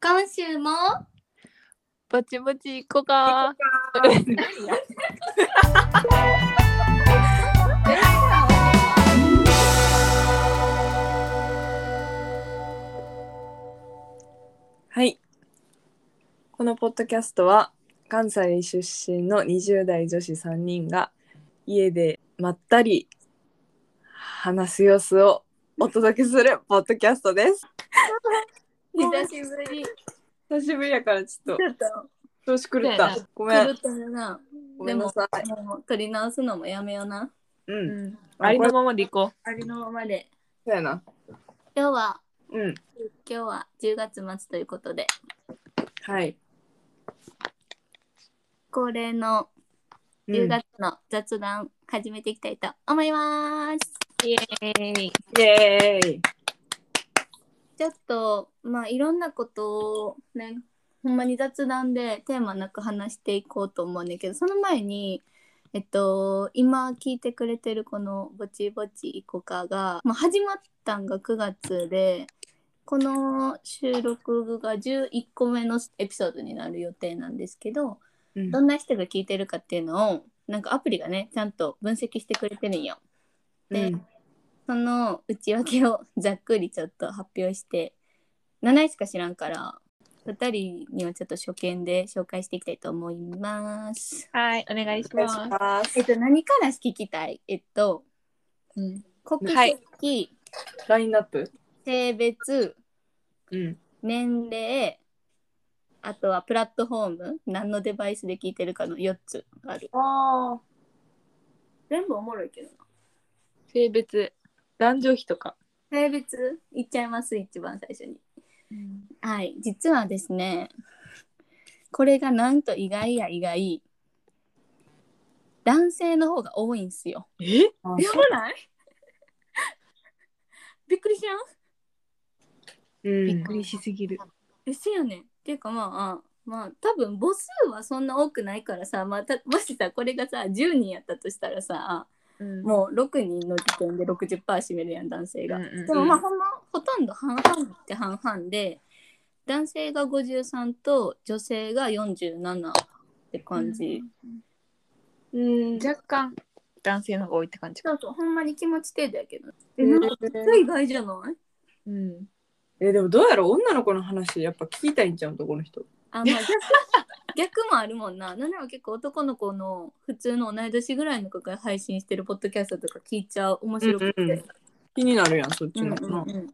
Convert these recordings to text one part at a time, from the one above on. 今週もぼちぼち行こうか。はい。このポッドキャストは関西出身の20代女子3人が家でまったり話す様子をお届けするポッドキャストです。久しぶり。ち久しぶりやからちょっょっとと調子狂っそうやたな。ごめ狂っ。んたよな。ごめんなさい。もう取り直すのもやめような。う。うんんありのままで行こありのままで。そうやな。今日は、うん。今日は10月末ということで、はい。恒例のうん10月の雑談始めていきたいと思います。う。イエーイ。イエーイ。ちょっと、まあいろんなことをね、ほんまに雑談でテーマなく話していこうと思うねんだけど、その前に、えっと、今聞いてくれてるこの「ぼちぼちいこかが」まあ、始まったんが9月でこの収録が11個目のエピソードになる予定なんですけどうんどんな人が聞いてるかっていうのをなんかアプリがねちゃんと分析してくれてるんよ。でうんその内訳をざっくりちょっと発表して7位しか知らんから2人にはちょっと初見で紹介していきたいと思います。はい、お願いしお願いましますえ。っと何から聞きたいえっと、うん、国籍、はいラインナップ。性別うん。年齢あとはプラットフォーム何のデバイスで聞いてるかの4つあるああ。全部おもろいけどなす。性別、男女比とか。性別いっちゃいます一番最初にはい実はですねこれがなんと意外や意外男性の方が多いんすよえあやば ないびっくりしやんうん。びっくりしすぎる。えせやねんっていうかまあまあ多分母数はそんな多くないからさ、まあ、たもしさこれがさ10人やったとしたらさももう6人の時点で60%占めるやん男性うが、んうんうんでもまあほんまほとんど半々って半々で男性が53と女性が47って感じ、。うん、若干男性の方が多いって感じか。そうそうほんまに気持ち程度やけどええなんか意外じゃないうん。えでもどうやろう女の子の話やっぱ聞きたいんちゃうんとこの人。あ、 まあ、逆逆もあるもんな。なんなら結構男の子の普通の同い年ぐらいの子が配信してるポッドキャストとか聞いちゃう面白くて。うん気になるやんそっちうんの。うんうん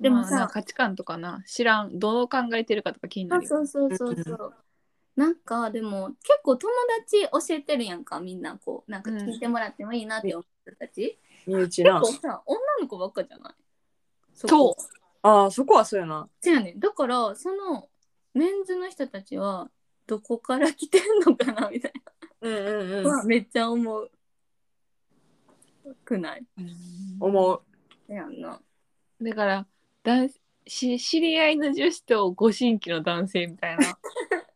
ででももささ、価値観とかな、知らん、どう考えてるかとか気になあるよ。そうそうそうそう。なんかでも結構友達教えてるやんかみんなこうなんか聞いてもらってもいいなって思う人たち、身内結な構。さ女の子ばっかじゃないそそうああそこはそうやな。そやねんだからそのメンズの人たちはどこから来てんのかなみたいうんうんな、はめっちゃ思うくない思う。やんな。だから男し知り合いの女子とご新規の男性みたいな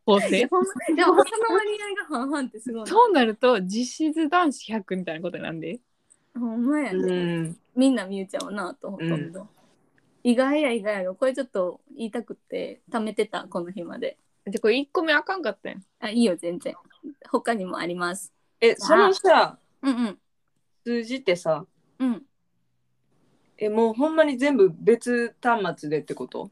構いや成ほんまでもその割合が半々ってすごいな。そうなると実質男子100みたいなことになんでほんまやうね。ん。みんなみゆちゃんはなと思ったけど。意外や意外やろ。これちょっと言いたくて、溜めてた、この日まで。でこれ1個目あかんかったやんあ、いいよ、全然。他にもあります。えそのさうんうん。数字ってさうん。えもうほんまに全部別端末でってこと？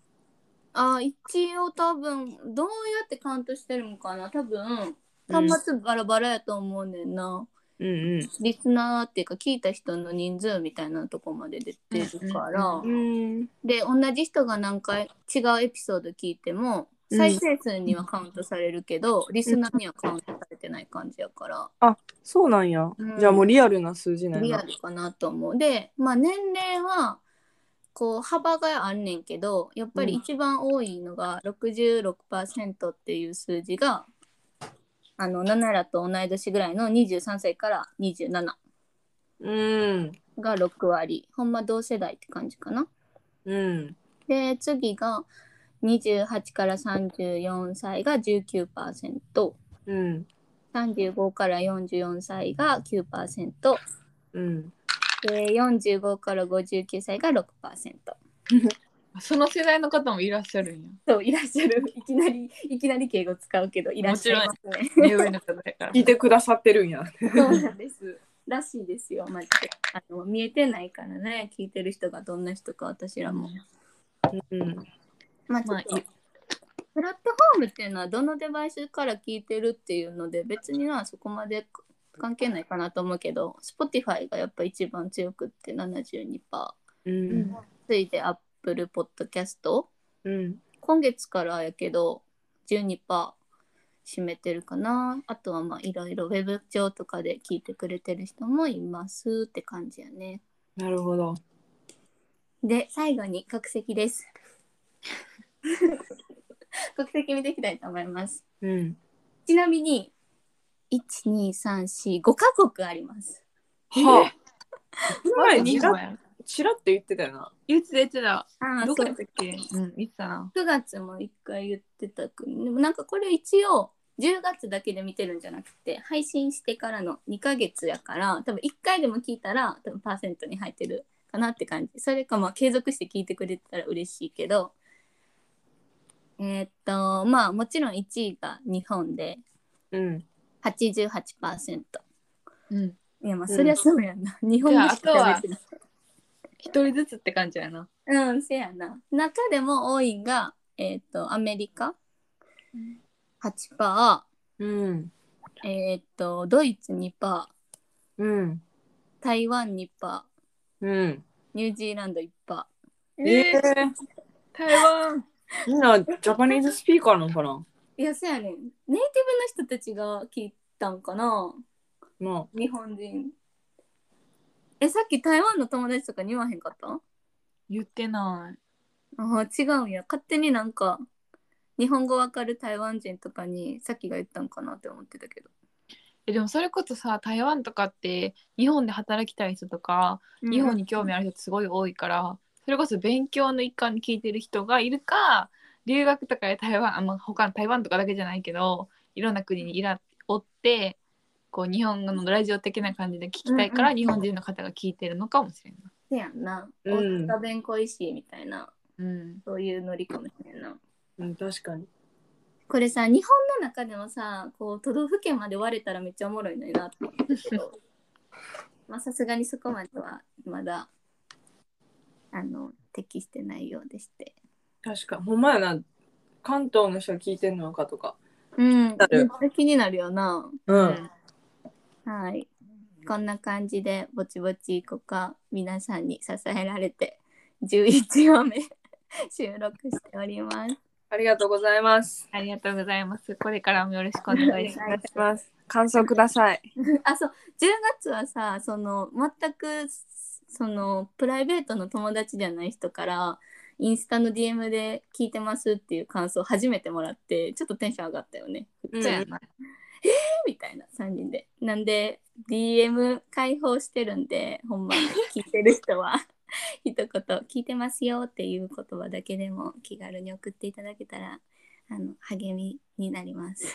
あ、一応多分、どうやってカウントしてるのかな多分、端末バラバラやと思うねんな。うんうん。リスナーっていうか、聞いた人の人数みたいなとこまで出てるから。うんうんうんうん。で同じ人が何回違うエピソード聞いてもうん再生数にはカウントされるけど、リスナーにはカウントされてない感じやから、そうなんやうん。じゃあもうリアルな数字なんリアや。ルかなと思う。で、まあ、年齢はこう幅があんねんけどやっぱりうん一番多いのが66%っていう数字が、あのナナらと同い年ぐらいの23歳から27うんが6割ほんま同世代って感じかな。うんで次が28から34歳が 19%35 うんから44歳が 9%45 うん。で45から59歳が6%。その世代の方もいらっしゃるんや。そういらっしゃるいきなりいきなり敬語使うけどいらっしゃいますね目上の方や から聞いてくださってるんや。そうなんです。らしいですよ、マジで。あの見えてないからね、聞いてる人がどんな人か私らも。うん。まあちょまっあと、いプラットフォームっていうのはどのデバイスから聞いてるっていうので、別にな、そこまで関係ないかなと思うけど、Spotify がやっぱ一番強くって72%。うん。ついで Apple Podcast。うん。今月からやけど、12%占めてるかな。あとはまあいろいろウェブ上とかで聞いてくれてる人もいますって感じやね。なるほど。で最後に国籍です 国籍見ていきたいと思いますうん。ちなみに12345カ国ありますはあ。前二にだらちらって言ってたよな。言ってた言ってた。あどあそこやっうたっけうん、言ってたな。 9月も1回言ってたくでもなんかこれ一応10月だけで見てるんじゃなくて配信してからの2ヶ月やから多分1回でも聞いたら多分パーセントに入ってるかなって感じそれかまあ継続して聞いてくれてたら嬉しいけどえーっとまあもちろん1位が日本でうん。 88%うん。いやまあそりゃそうやんな、日本語しか喋ってない一人ずつって感じやな。うんせやな中でも多いんがえーっとアメリカ8%パーうん。えーっと、ドイツ2%パうん。ー、台湾2%パうん。ー、ニュージーランド1%パええー、台湾。みんなジャパニーズスピーカーなのかなー。いや、そうやねん。ネイティブの人たちが聞いたんかなま日本人。え、さっき台湾の友達とかに言わへんかった言ってない。ああ、違うんや。勝手になんか、日本語わかる台湾人とかにさっきが言ったんかなって思ってたけど。えでもそれこそさ台湾とかって日本で働きたい人とか日本に。に興味ある人ってすごい多いから、それこそ勉強の一環に聞いてる人がいるか留学とかで台湾あ、まあ、他の台湾とかだけじゃないけどいろんな国にいらおってこう日本語のラジオ的な感じで聞きたいから、うんうん日本人の方が聞いてるのかもしれんなせやんな。大うん阪弁恋しいみたいな、い。うんそういうノリかもしれんな。あ、うん、確かに。これさ日本の中でもさこう都道府県まで割れたらめっちゃおもろいのになって思うけ どまあさすがにそこまではまだあの適してないようでして確かに。ほんまやな。関東の人が聞いてんのかとか。うんめっなるちゃ気になるよなう。うんはいこんな感じでぼちぼちここか皆さんに支えられて11話目 収録しておりますありがとうございます。ありがとうございます。これからもよろしくお願いします。お願いします。感想ください。 あそう10月はさその全くそのプライベートの友達じゃない人からインスタの DM で聞いてますっていう感想を初めてもらってちょっとテンション上がったよね。うんそうやなみたいな3人で。なんで DM 開放してるんでほんまに聞いてる人は 一言「聞いてますよ」っていう言葉だけでも気軽に送っていただけたらあの励みになります。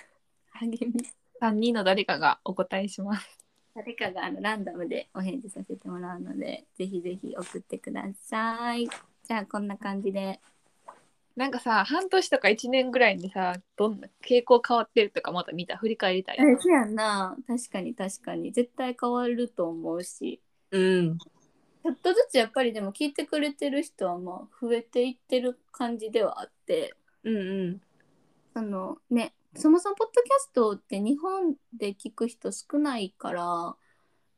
励み3人の誰かがお答えします。誰かがあのランダムでお返事させてもらうので、ぜひぜひ送ってください。じゃあこんな感じで。なんかさ半年とか1年ぐらいでさどんな傾向変わってるとかまた見た振り返りたいな。え、そうやんな。確かに確かに。絶対変わると思うし。うん。ちょっとずつやっぱりでも聞いてくれてる人はまあ増えていってる感じではあって、うんうん。そのね、そもそもポッドキャストって日本で聞く人少ないから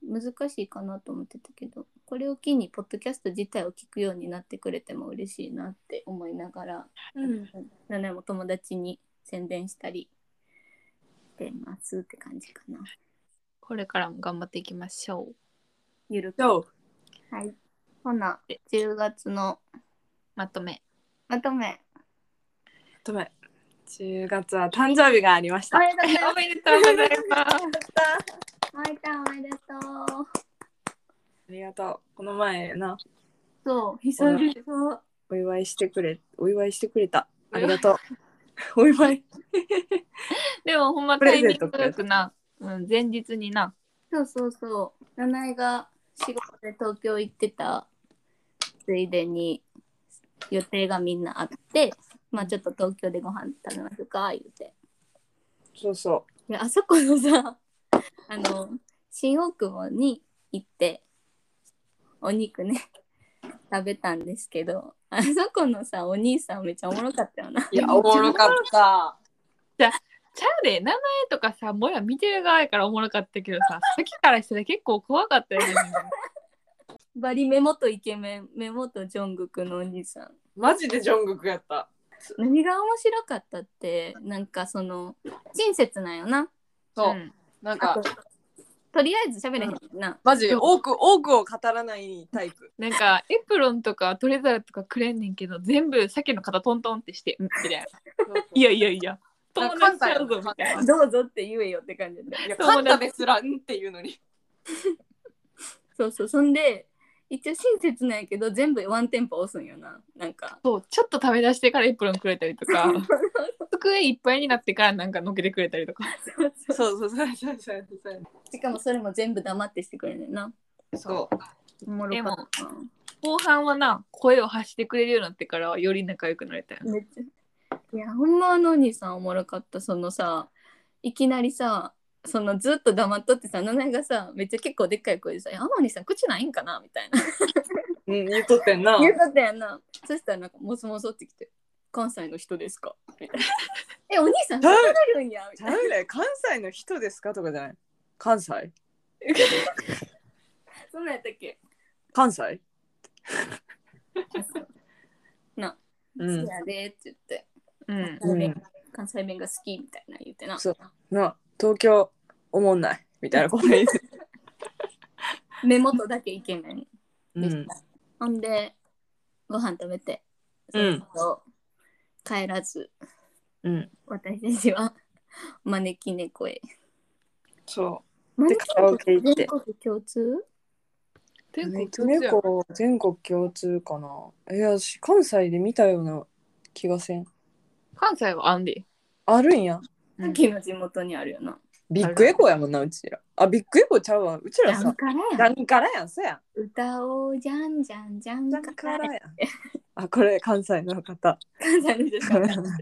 難しいかなと思ってたけど、これを機にポッドキャスト自体を聞くようになってくれても嬉しいなって思いながらうん、ななも友達に宣伝したりしてますって感じかな。これからも頑張っていきましょう。ゆるく。そう。はい。ほな、10月のまとめ。まとめ。とめ。10月は誕生日がありました。めでとうございおめでとうございます。す。まいたんおめでとう。ありがとう。この前な、そう、久々。お祝いしてくれ、お祝いしてくれた。ありがとう。 お祝い。 でもほんまプタレイミゼンントグよくな、うん、前日にな。そうそうそう。ナナエが仕事で東京行ってたついでに、予定がみんなあって、まあちょっと東京でご飯食べましょうか言うてそうそであそこのさ あの新大久保に行ってお肉ね 食べたんですけどあそこのさお兄さんめっちゃおもろかったよなう。いや、おもろかった。ちゃうで名前とかさもや見てる側やからおもろかったけどさ 先からしてら結構怖かったよね バリメモとイケメンメモとジョングクのお兄さんマジでジョングクやった。何が面白かったってなんかその親切なんよなそう、んなんあかと、とりあえず喋れへんな、マジで多く、多くを語らないタイプ。なんかエプロンとかトレザルとかくれんねんけど全部鮭の肩トントンってして「うん」みたいな「 いやいやいやなん友か達ちゃうぞ」みたいな。どうぞって言えよって感じでいや、カンタですらんっていうのに。そうそうそんで一応親切なんやけど全部ワンテンポ押すんよななんかそうちょっと食べ出してからエプロンくれたりとか 机いっぱいになってからなんかのけてくれたりとかそうそうそうそうそうそう。しかもそれも全部黙ってしてくれるねんなそう。おもろかったな後半はな声を発してくれるようになってからはより仲良くなれたよめっちゃいやほんまあのお兄さんおもろかったそのさいきなりさそのずっと黙っとってさ奈々江がさめっちゃ結構でっかい声でさ「天海さん口ないんかな?」みたいなうん、言っとってんな。言うかったやんなそしたらなんかもそもそってきて「関西の人ですか?」みたいな「えお兄 さんそうなるんや」みちたいゃなうね関西の人ですかとかじゃない。関西そんなんやったっけ関西う好んき。やでって言って、うん関西弁うん関西弁が好きみたいな言ってなそうな、東京おもんない。みたいなこと言って。目元だけイケメンうでしんた、ほんでご飯食べてうんその後帰らずうん。私たちは 招き猫へそ招カラオケ行っ全て国共通う。全国猫共通やろ全国共通かな。いや、し関西で見たような気がせん。関西はあんで、あるんや。うん秋の地元にあるよなビッグエコーやもんな、うちら。あ、ビッグエコーちゃうわ。うちジらャンさ、カラやダんンからやん、そうやん。歌おうじゃんじゃんじゃんダンかかららやんやん。あ、これ関西の方。 関西の人しかわからんで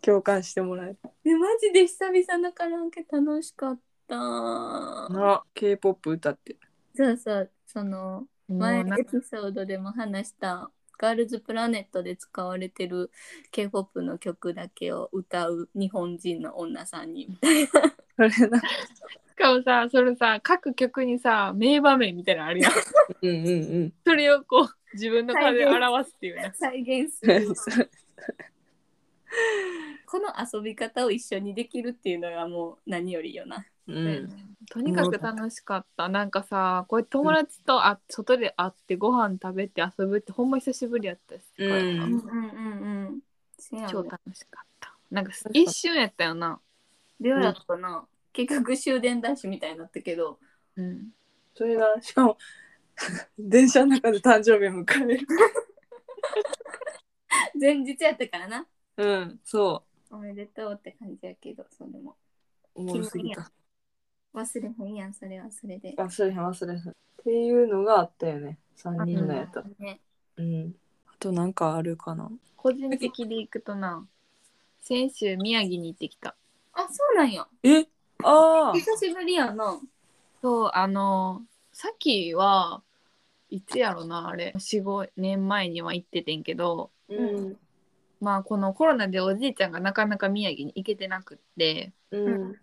共感してもらえマジで久々のカラオケ楽しかったた。な、K-POP 歌って。そうそうその前前のエピソードでも話したガールズプラネットで使われてる K-POP の曲だけを歌う日本人の女さんに それな。しかもさそれさ各曲にさ名場面みたいなのある やんうんうんそれをこう自分の顔で表すっていうね再現すう るん。この遊び方を一緒にできるっていうのがもう何よりよな。うん。とにかく楽しかったなんかさこうやって友達とあ外で会ってご飯食べて遊ぶってほんま久しぶりやったし、うんうんうんうん。せや超ね楽しかったなんか一瞬やったよな、どうやったな、結局終電ダッシュみたいになったけど。うん、それな、しかも、電車の中で誕生日迎える。前日やったからな。うん、そおめでとうって感じやけど、それも。う。思いすぎた。忘れへんやん、それはそれで。忘れへん忘れへん。っていうのがあったよね。3いい人のやつ。ね、うん。あとなんかあるかな。個人的で行くとな先週宮城に行ってきたあ、そうなんや。えああ久しぶりやな。そうあのさっきはいつやろなあれ45年前には行っててんけどうん。まあこのコロナでおじいちゃんがなかなか宮城に行けてなくってう。うんうん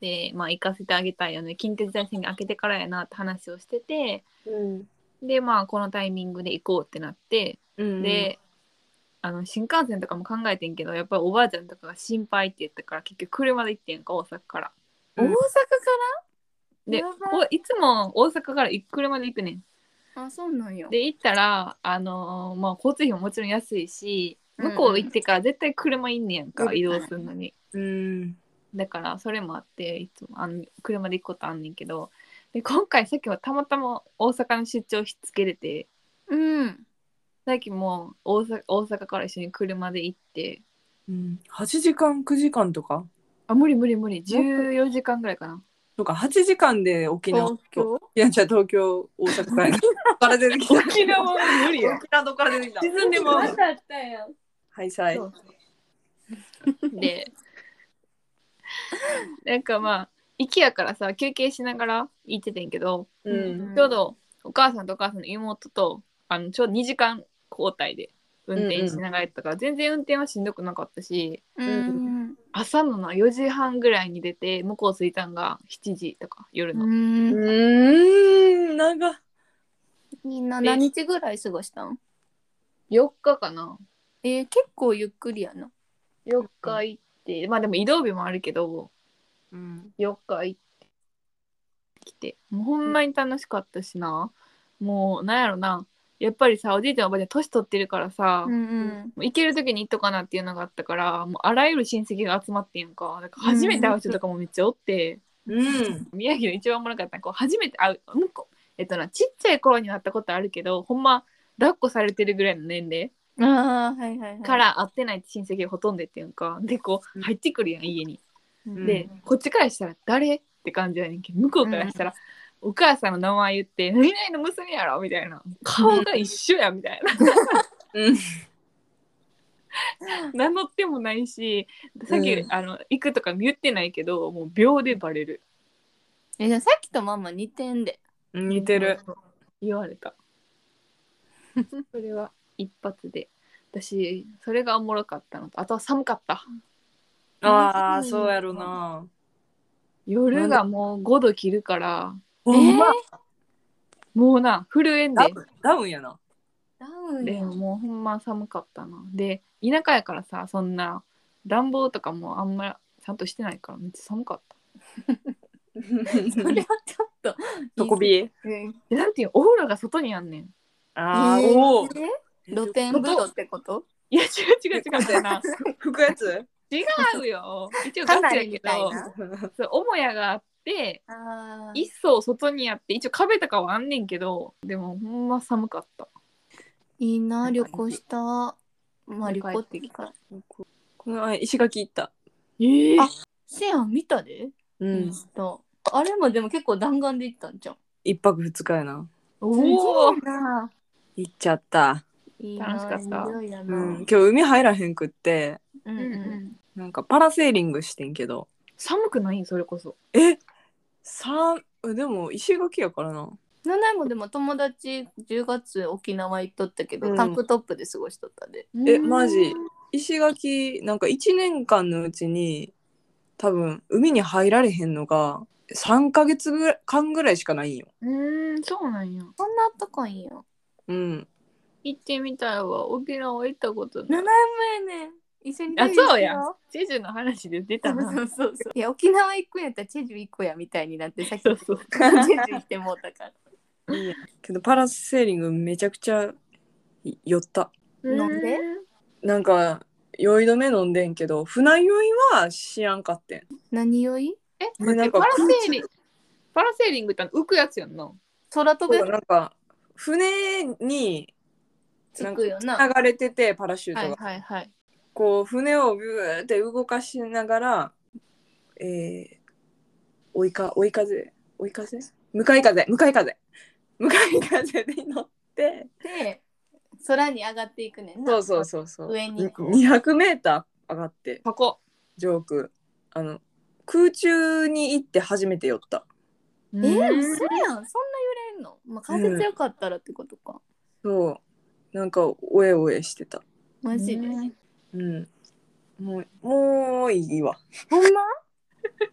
でまあ行かせてあげたいよね緊急事態宣言明けてからやなって話をしててうん。でまあこのタイミングで行こうってなってうん、で、あの新幹線とかも考えてんけどやっぱりおばあちゃんとかが心配って言ったから結局車で行ってんか大阪から。大阪からでやばおいつも大阪から行く車で行くねん。あ、そうなんや。で行ったら、あのーまあ、交通費ももちろん安いしうんう向んこう行ってから絶対車いんねやんか、うん移動するのに。うん。だからそれもあっていつもあの車で行くことあんねんけどで今回さっきはたまたま大阪の出張しつけれてうん。さっきも大阪大阪から一緒に車で行ってうん、8時間9時間とかあ無理無理無理14時間ぐらいかなそうか8時間で沖縄東京いやじゃあ東京大阪からから出てきた沖縄無理や沖縄どっから出てきた沈んでもまだあったよ。はいはいそうでなんかまあ息やからさ休憩しながら行っててんけど、うんちょうどお母さんとお母さんの妹とあのちょうど2時間交代で運転しながらやったから、全然運転はしんどくなかったしうん。朝のな4時半ぐらいに出て向こう着いたんが7時とか夜の、うん。うーん長っみんな何日ぐらい過ごしたん4日かなえー、結構ゆっくりやな。 4日行ってまあでも移動日もあるけどうん4日行ってきてもうほんまに楽しかったしな、もうなんやろなやっぱりさおじいちゃんおばあちゃん年取ってるからさ、うんうん。もう行ける時に行っとかなっていうのがあったからもうあらゆる親戚が集まってんやんかだから初めて会う人とかもめっちゃおって、うん宮城の一番おもろかったのはこう初めて会う向こうえっとなちっちゃい頃になったことあるけどほんま抱っこされてるぐらいの年齢ああ、はいはいはい。から会ってないって親戚がほとんどやっていうんかでこううん入ってくるやん家に。うん、で、こっちからしたら誰って感じやねんけど向こうからしたら、お母さんの名前言って「何々の娘やろ」みたいな顔が一緒やみたいなうん 名乗ってもないしさっき、うんあの行くとか言ってないけどもう秒でバレるえじゃあさっきとママ似てんで。似てる言われた それは一発で私それがおもろかったのとあとは寒かったああそうやろな夜がもう5度切るからほんまもうな震えんでダウンダウンやなダウでやもん。もうほんま寒かったなで田舎やからさそんな暖房とかもあんまちゃんとしてないからめっちゃ寒かったそれはちょっと。底冷えうん。でなんていうのお風呂が外にあんねんああえーおおえ露天風呂ってこといや違う違う違う違うな拭くやつ違うよ一応ガチやけどな。そう母屋があってあー一層外にあって一応壁とかはあんねんけどでもほんま寒かったいいな、旅行した。まあ旅行っていうか。この前石垣行ったええあシアン見たでうインスタあれもでも結構弾丸で行ったんじゃん。一泊二日やなおおすごいな。行っちゃったいいな楽しかっエンたジョイやうな。ん今日海入らへんくってうんうんなんかパラセーリングしてんけど寒くないそれこそえさんでも石垣やからな七重もでも友達10月沖縄行っとったけど、うんタンクトップで過ごしとったで。えマジ石垣なんか1年間のうちに多分海に入られへんのが3ヶ月ぐらい間ぐらいしかないんよ。うーんそうなんやそんなあったかいんよ。うん、行ってみたいわ沖縄行ったことな七重いもやねん。一緒にあデビューそうしやよチェジュの話で出そたうなそうそうそう。いや沖縄行くんやったらチェジュ行こうやみたいになってさっきチェジそうュ行ってもうたから。けどパラセーリングめちゃくちゃ酔った。飲んでなんか酔い止め飲んでんけど船酔いは知らんかってん。何よいええなんかパラセーリングパラセーリングってあの浮くやつやんな空飛そうべなんか船につくよな。流れててパラシュートが、はいはいこう船をビューって動かしながら、えー、追いか追い風追い風向かい風向かい風向かい風に乗ってで空に上がっていくねんな。そうそうそうそう上に200メーター上がって箱上空あの空中に行って初めて寄ったええー、嘘やん。そんな揺れんのまあ、関節強かったらってことか。そうなんかおえおえしてたマジで。うんもうもういいわほんま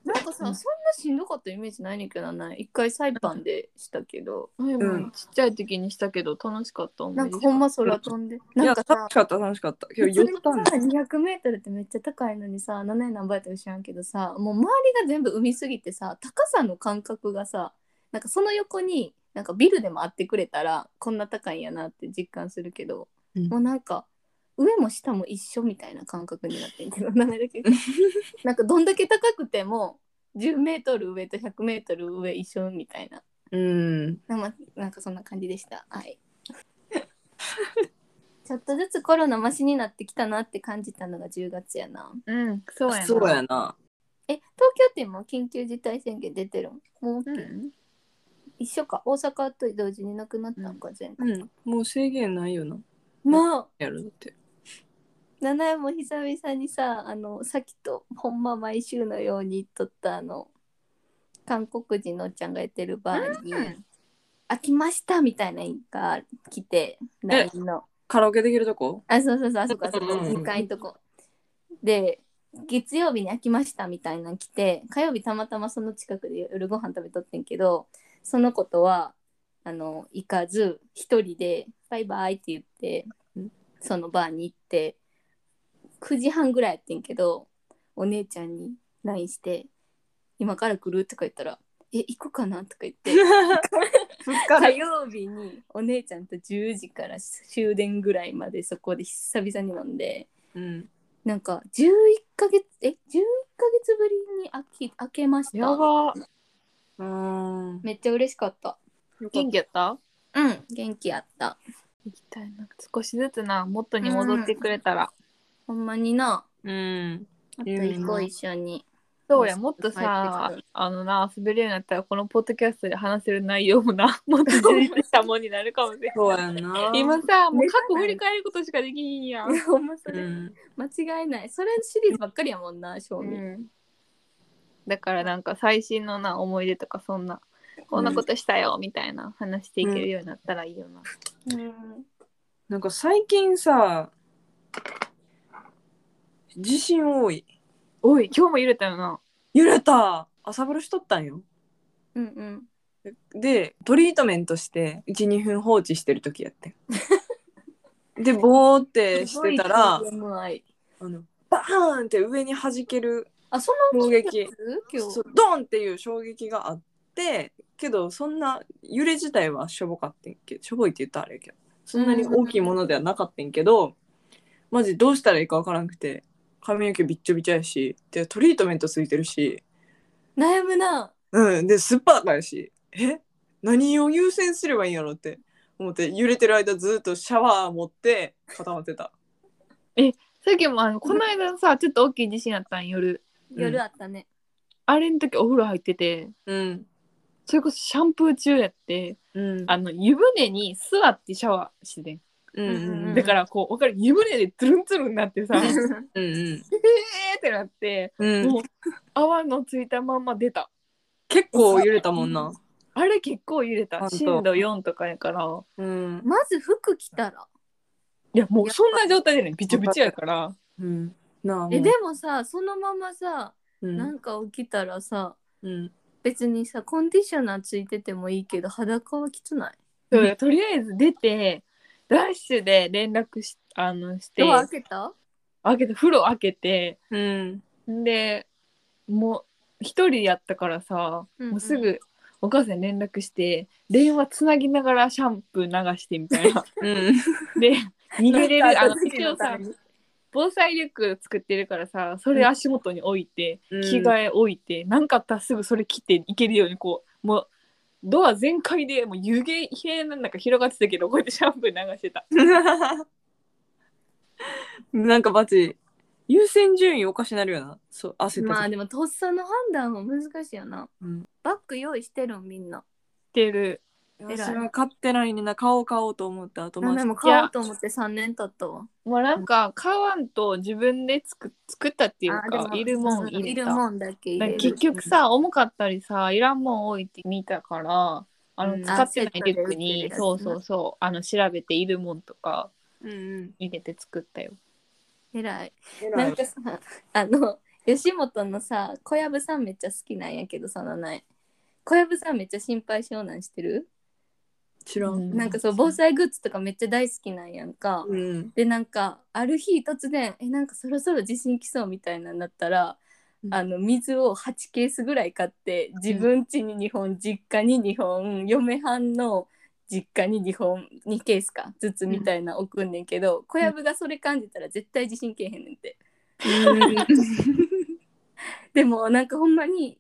なんかさ、そんうんなしんどかったイメージないねんけどな。一回サイパンでしたけど、うんちっちゃい時にしたけど楽しかった思いな出んしかかほんま空飛んで。いなんやか楽さし、かった楽しかったけど普通寄っにさたんだ200メートルってめっちゃ高いのにさ、7年何倍とか知らんけどさ、もう周りが全部海すぎてさ、高さの感覚がさ、なんかその横に、なんかビルでもあってくれたら、こんな高いんやなって実感するけど、うんもうなんか、上も下も一緒みたいな感覚になってんけど、 斜めだけど。なんかどんだけ高くても、10メートル上と100メートル上一緒みたいな。うんなまなんかそんな感じでした。はい。 ちょっとずつコロナマシになってきたなって感じたのが10月やな。うんそうやなそうやなええ東京って今緊急事態宣言出てるんもううん、一緒か大阪と同時になくなったんか全国、うん、もう制限ないよな。もうやるだって。七重も久々にさあのさっきとほんま毎週のように行っとったあの韓国人のおっちゃんがやってるバーに「うん飽きました」みたいなのが来て LINE のカラオケできる とこあそうそうそうあそこあそこうんうんうん2階のとこで月曜日に飽きましたみたいなの来て火曜日たまたまその近くで夜ご飯食べとってんけどその子とはあの行かず一人で「バイバイ」って言ってうんそのバーに行って9時半ぐらいやってんけどお姉ちゃんに LINE して「今から来る?」とか言ったら「え行くかな?」とか言ってぶ っか火る曜日にお姉ちゃんと10時から終電ぐらいまでそこで久々に飲んでうん。なんか11ヶ月え11ヶ月ぶりに開き開けましたやばあめっちゃ嬉しかった元気やったうん元気やった行きたいな少しずつな元に戻ってくれたら、ほんまになうん。あと行こう一緒にそうやもっとさ帰ってあのな滑るようになったらこのポッドキャストで話せる内容もなもっと充実したもんになるかもしれないそうやな。今さもう過去振り返ることしかできひんやきんたほんまそうれ、ん。間違いないそれシリーズばっかりやもんな賞味、だからなんか最新のな思い出とかそんなこんなことしたよみたいな話していけるようになったらいいよな。うんなんか最近さ、地震多い。おい今日も揺れたよな。揺れた朝風呂しとったんよ。うんうんで、トリートメントして1、2分放置してる時やって ん。で、ぼーってしてたらす、ごい TMI あのバーンって上に弾けるあその衝撃。今そ日うドンっていう衝撃があってけどそんな揺れ自体はしょぼかってんけどしょぼいって言ったらあれやけどそんなに大きいものではなかったんけど、マジどうしたらいいかわからなくて髪の毛びっちょびちょやしでトリートメントついてるし、悩むなうん、でスッパーかやしえ何を優先すればいいんやろって思って揺れてる間ずっとシャワー持って固まってた。さっきもあのこの間さちょっと大きい地震あったん夜。夜あったね、あれの時お風呂入っててうんそれこそシャンプー中やってうんあの湯船に座ってシャワーしててんうんうんだからこうわかる湯船でツルンツルンになってさえーうんってなってうんうんもう泡のついたまんま出た。結構揺れたもんな。あれ結構揺れほんたと震度4とかやからうんまず服着たらいやもうそんな状態でねびちょびちょやからうん、なあえうでもさそのままさうんなんか起きたらさうん別にさコンディショナーついててもいいけど裸はきつないそうやとりあえず出てダッシュで連絡しあのしてドア開けた開けて風呂開けてうんんでもう一人やったからさ、うんうんもうすぐお母さんに連絡して電話つなぎながらシャンプー流してみたい なうんで逃げれるあの一応さう防災リュック作ってるからさそれ足元に置いて、うん着替え置いて何かあったらすぐそれ着ていけるようにこうもうドア全開でもう湯気冷なんか広がってたけどこうやってシャンプー流してたなんかバチ優先順位おかしなるよなそう焦ったまあ時でもとっさの判断は難しいよな、うんバッグ用意してるんみんなしてる偉い私は買ってないねんな買おう買おうと思った後何回でしも買おうと思って3年経ったわもうなんか買わんと自分で作作ったっていうあでかいるもん入れいたるもんだけ入だかれるら結局さ重かったりさいらんもん置いてみたからあうのん使ってないリュックあセットで売ってるに、やつなそうそうそうあの調べているもんとかうんうん入れて作ったよ偉い偉ないんかさあの吉本のさ小籔さんめっちゃ好きなんやけどそのない小籔さんめっちゃ心配性なんしてる知らうんんなんかそう防災グッズとかめっちゃ大好きなんやんか、うんでなんかある日突然えなんかそろそろ地震来そうみたいなんだったら、うんあの水を8ケースぐらい買って自分家に2本、実家に2本嫁はんの実家に2本2ケースかずつみたいな置くんねんけど、小籔がそれ感じたら絶対地震来えへんねんて。でもなんかほんまに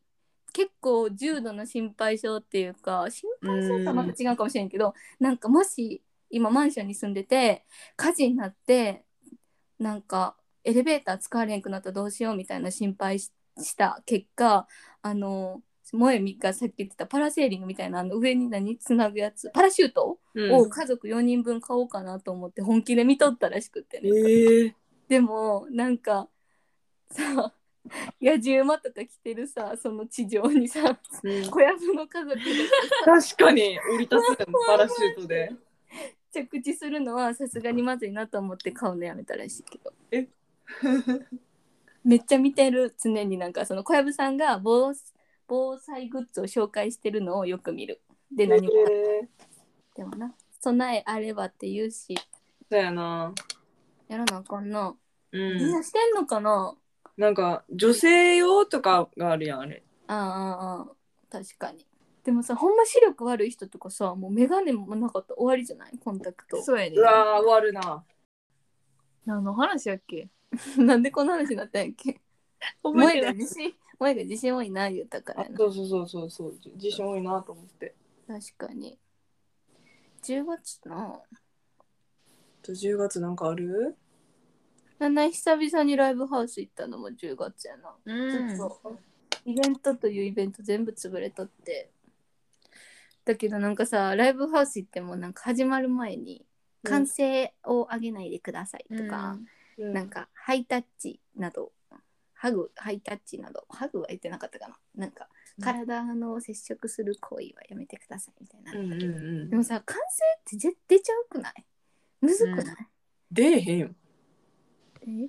結構重度の心配性っていうか心配性とはまた違うかもしれんけど、なんかもし今マンションに住んでて火事になってなんかエレベーター使われんくなったらどうしようみたいな心配しした結果あの萌実がさっき言ってたパラセーリングみたいなあの上に何つなぐやつパラシュートうんを家族4人分買おうかなと思って本気で見とったらしくてね、ええでもなんかさ野じ馬とか着てるさその地上にさ小籔の家族が確かに降り立つのパラシュートで。着地するのはさすがにまずいなと思って買うのやめたらしいけどえ めっちゃ見てる常になんかその小籔さんが防防災グッズを紹介してるのをよく見るで何もえーでもな備えあればって言うしそうやな。やらなあかんな、うみんん。なしてんのかななんか女性用とかがあるやんあれ。ああああ確かにでもさほんま視力悪い人とかさもう眼鏡もなかったら終わりじゃないコンタクトそうやねうわー終わるな。何の話やっけなんでこの話になったんやっけ覚萌ええてがない自信萌えが自信多いな言うたかあらなそうそうそうそうそう自信多いなと思って。確かに10月なあと10月なんかある？なんなん久々にライブハウス行ったのも10月やな、うんちょっとイベントというイベント全部潰れとってだけどなんかさライブハウス行ってもなんか始まる前に「うん歓声を上げないでください」とか、うんなんかハイタッチなどハグハイタッチなどハグは言ってなかったかななんかうん体の接触する行為はやめてくださいみたいな、うんうんでうん。もさ歓声って絶出ちゃうくないむずくない、出えへんよ。え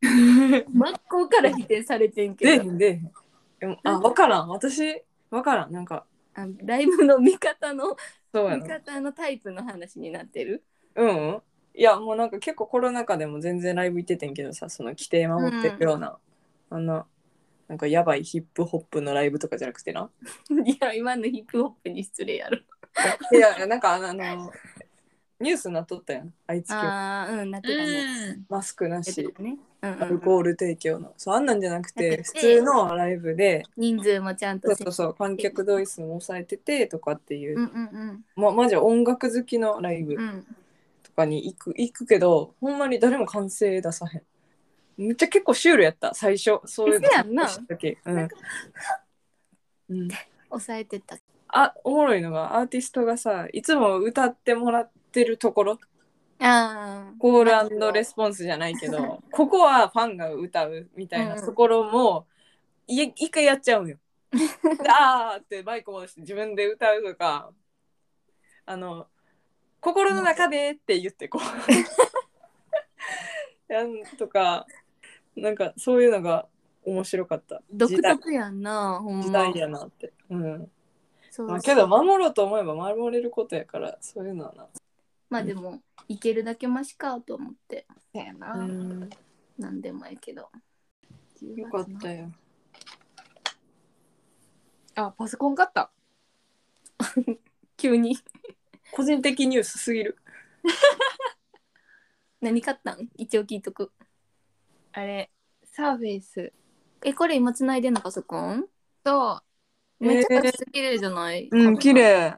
真っ向から否定されてん出えへけどん出えへん。でもあわからん私わからんなんかあライブの見方のそうや見な。方のタイプの話になってる うんうん。いやもうなんか結構コロナ禍でも全然ライブ行っててんけどさその規定守ってるような、あんななんかやばいヒップホップのライブとかじゃなくてないや今のヒップホップに失礼やろいやいやなんかあのあのニュースなっとったやんあいつ今日ああうんなってたね、うマスクな出てしたねうんアうルん、コール提供のそうあんなんじゃなだくってて普通のライブで人数もちゃんとそうそうそう観客動員数も抑えててとかっていう、うんうんまマジ音楽好きのライブうんうんとかに行く行くけどほんまに誰も歓声出さへんめっちゃ結構シュールやった最初そういうのせやんな知った時うんうん、抑えてたあおもろいのがアーティストがさいつも歌ってもらってるところああコールレスポンスじゃないけどここはファンが歌うみたいなところも、い一回やっちゃうんよ。であーってマイク戻して自分で歌うとかあの「心の中で」って言ってこ うやんとかなんかそういうのが面白かった独時代特やんなほんま時代やなって。うんそうまあ、けど守ろうと思えば守れることやからそういうのはな。まあでもいけるだけマシかと思ってやな、何でもやけどよかったよ。あパソコン買った急に個人的ニュースすぎる。何買ったん一応聞いとくあれサーフェイスえこれ今つないでんのパソコンとめっちゃ画質綺麗じゃない、うん、綺麗。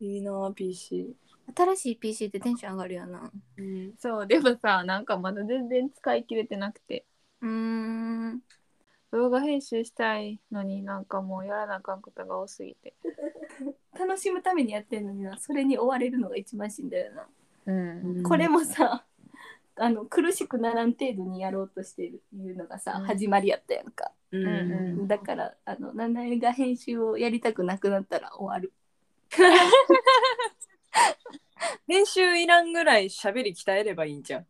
いいなぁ、PC。新しい PC ってテンション上がるよなうん。そうでもさなんかまだ全然使い切れてなくてうーん動画編集したいのになんかもうやらなあかんことが多すぎて楽しむためにやってんのになそれに追われるのが一番しんどいよな、うんこれもさあの苦しくならん程度にやろうとしてるいうのがさ、うん始まりやったやんかうんうんだからあの七重が編集をやりたくなくなったら終わる練習いらんぐらい喋り鍛えればいいんじゃん。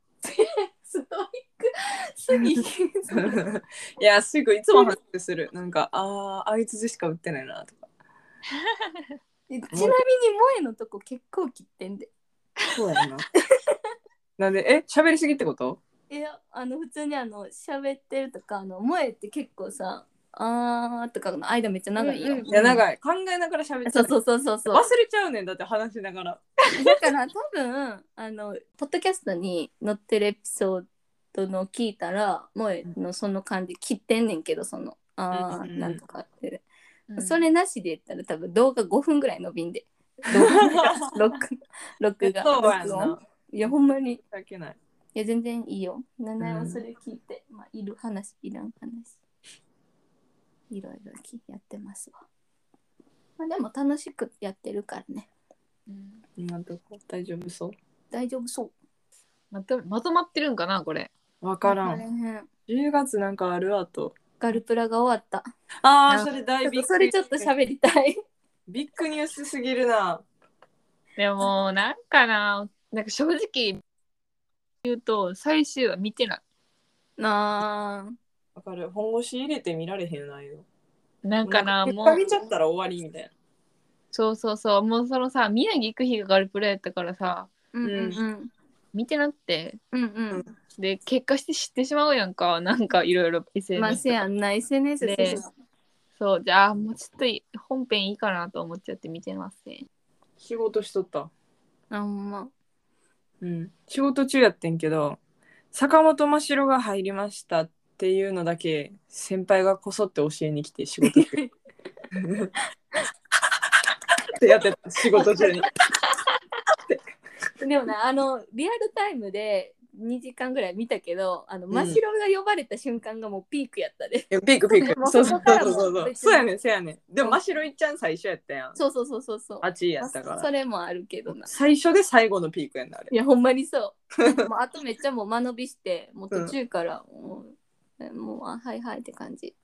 ストイックすぎ いや、すぐいつも話する。なんか、ああ、あいつしか売ってないなとか。えちなみに萌えのとこ結構切ってんでそうやな。 なんで、え、喋りすぎってこといやあの普通にあの喋ってるとかあの萌えって結構さあーとかの間めっちゃ長いよ、うんうんいや、長い。考えながら喋ってそうう。そうそうそう そう忘れちゃうねんだって話しながら。だから多分あのポッドキャストに載ってるエピソードの聞いたら萌えのその感じ切ってんねんけどそのあうんうんーうんなんとかって、うんそれなしで言ったら多分動画5分ぐらい伸び んで録録そう画やん録音な。いやほんまに申し訳ない。いや全然いいよ。ナナエはそれ聞いて、まあいる話いらん話。いろいろきやってますわ。まあでも楽しくやってるからね。うん今のとこ大丈夫そ大丈夫そまとまとまってるんかなこれうわう。からわんへん10月なんかあるあとガルプラが終わった。あああそれ大ちビょッっグとそれちょっと喋りたい。ビッグニュースすぎるなでもなんかななんか正直言うと最終話見てないなあ。わかる本腰入れて見られへんないよなんかなももうう見ちゃったら終わりみたいなそうそうそうもうそのさ宮城行く日がガルプレやったからさうんうん見てなくてうん。うんで結果して知ってしまうやんかなんかいろいろうん。まあ SNS せやんな SNS ねで。そうじゃあもうちょっとい本編いいかなと思っちゃって見てません仕事しとったあほんま。うん仕事中やってんけど坂本真城が入りましたっていうのだけ先輩がこそって教えに来て仕事 中ってやってた仕事中にでもねあのリアルタイムで2時間ぐらい見たけどあのうん真っ白が呼ばれた瞬間がもうピークやったで、 いやピークピーもク。うそうそここかうらそうそもううそう。別にそうやねんそうやねん。でも、真白いっちゃん最初やったやん。そうそうそうそうそうあっちやまったかあそら。れもあるけどな最初で最後のピークやんな、あれい。やほんまにそうもうあとめっちゃもう間延びしてもう途中からもう,、もうあはいはいって感じ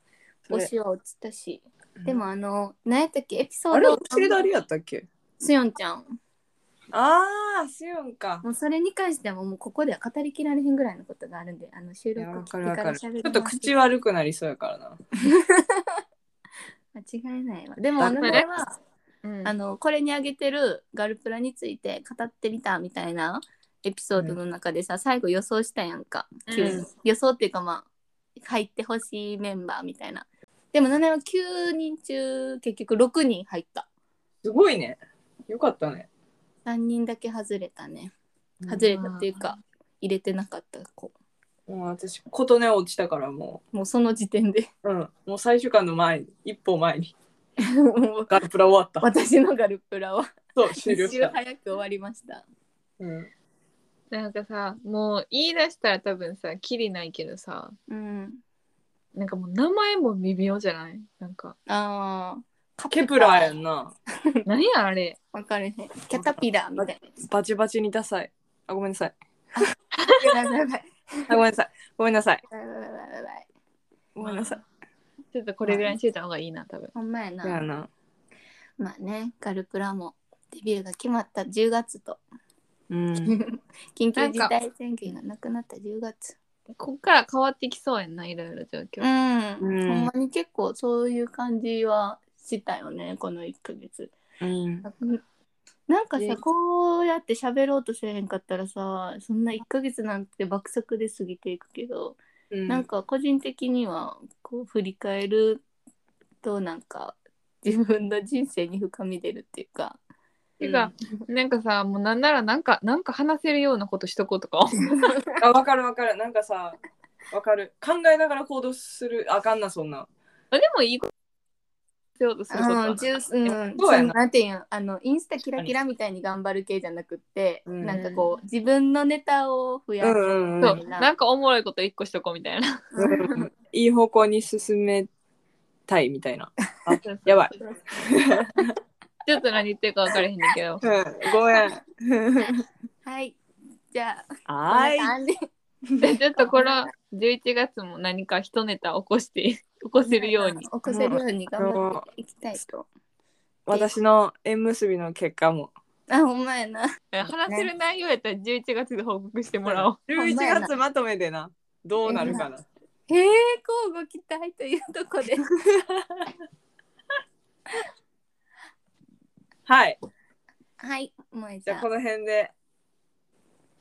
そ推れしは落ちたしうんでもあの何やったっけエピソあーれ、おド尻だれやったっけスヨンちゃんああ、すよんか。もうそれに関してはもうここでは語りきられへんぐらいのことがあるんであの収いやわ録かるわかる。ち喋ょりっとます口悪くなりそうやからな。間違いないわでもあのだから前はうんあのこれにあげてるガルプラについて語ってみたみたいなエピソードの中でさ、最後予想したやんか、うん急に予想っていうかまあ入ってほしいメンバーみたいなでも7は9人中結局6人入ったすごいね。よかったね。 3人だけ外れたね外れたっていうか、入れてなかった子もう私、琴音落ちたからももうその時点で う、うん。もう最終巻の前に、一歩前に。もうガルプラ終わった。私のガルプラはそう、終了一し周た。早く終わりましたうん。なんかさもう言い出したら多分さキリないけどさうんなんかもう名前も微妙じゃないなん かああケプラーやんな。何やあれ分かれへんキャタピラーみたいなバチバチにダサい。あ、ごめんなさい。やばいやばいあ、ごめんなさい。ごめんなさい。やばいやばいやばいごめんなさい。ちょっとこれぐらいにしてた方がいいな多分ほんまやなそうやな。まあねガルプラもデビューが決まった10月とうん。緊急事態宣言がなくなった10月こっから変わってきそうやんないろいろ状況、うん、うんほんまに結構そういう感じはしたよねこの1ヶ月うん。なんかねさこうやって喋ろうとせえへんかったらさそんな1ヶ月なんて爆速で過ぎていくけど、なんか個人的にはこう振り返るとなんか自分の人生に深み出るっていう かてか、なんかさもうなんならなんかなんか話せるようなことしとこうとか 思うあ、わかるわかる。なんかさ、わかる。考えながら行動する。あかんな、そんな。あでもいいことしようとすることはうん、ジュース、うん、そうやなのんていうんあのインスタキラキラみたいに頑張る系じゃなくって、うんなんかこう自分のネタを増やす、んそうう、んなんかおもろいこと一個しとこうみたいな。うん いい方向に進めたいみたいな。あやばい。ちょっと何言ってるか分からへんねんけど。 うん、ごめん。はいじゃあはーい。いでちょっとこの11月も何か一ネタ起こして、 起こせるように。起こせるように頑張っていきたいと私の縁結びの結果も。あほんまやな話せる内容やったら11月で報告してもらおう。 11月まとめでな。どうなるかな。へえこうご期待というとこではい。はいもえちじゃゃあんこの辺で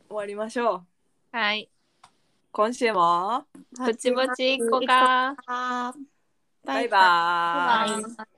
終わりましょう。はい。今週もぼちぼち行こうか。ババイイバーイ。バイ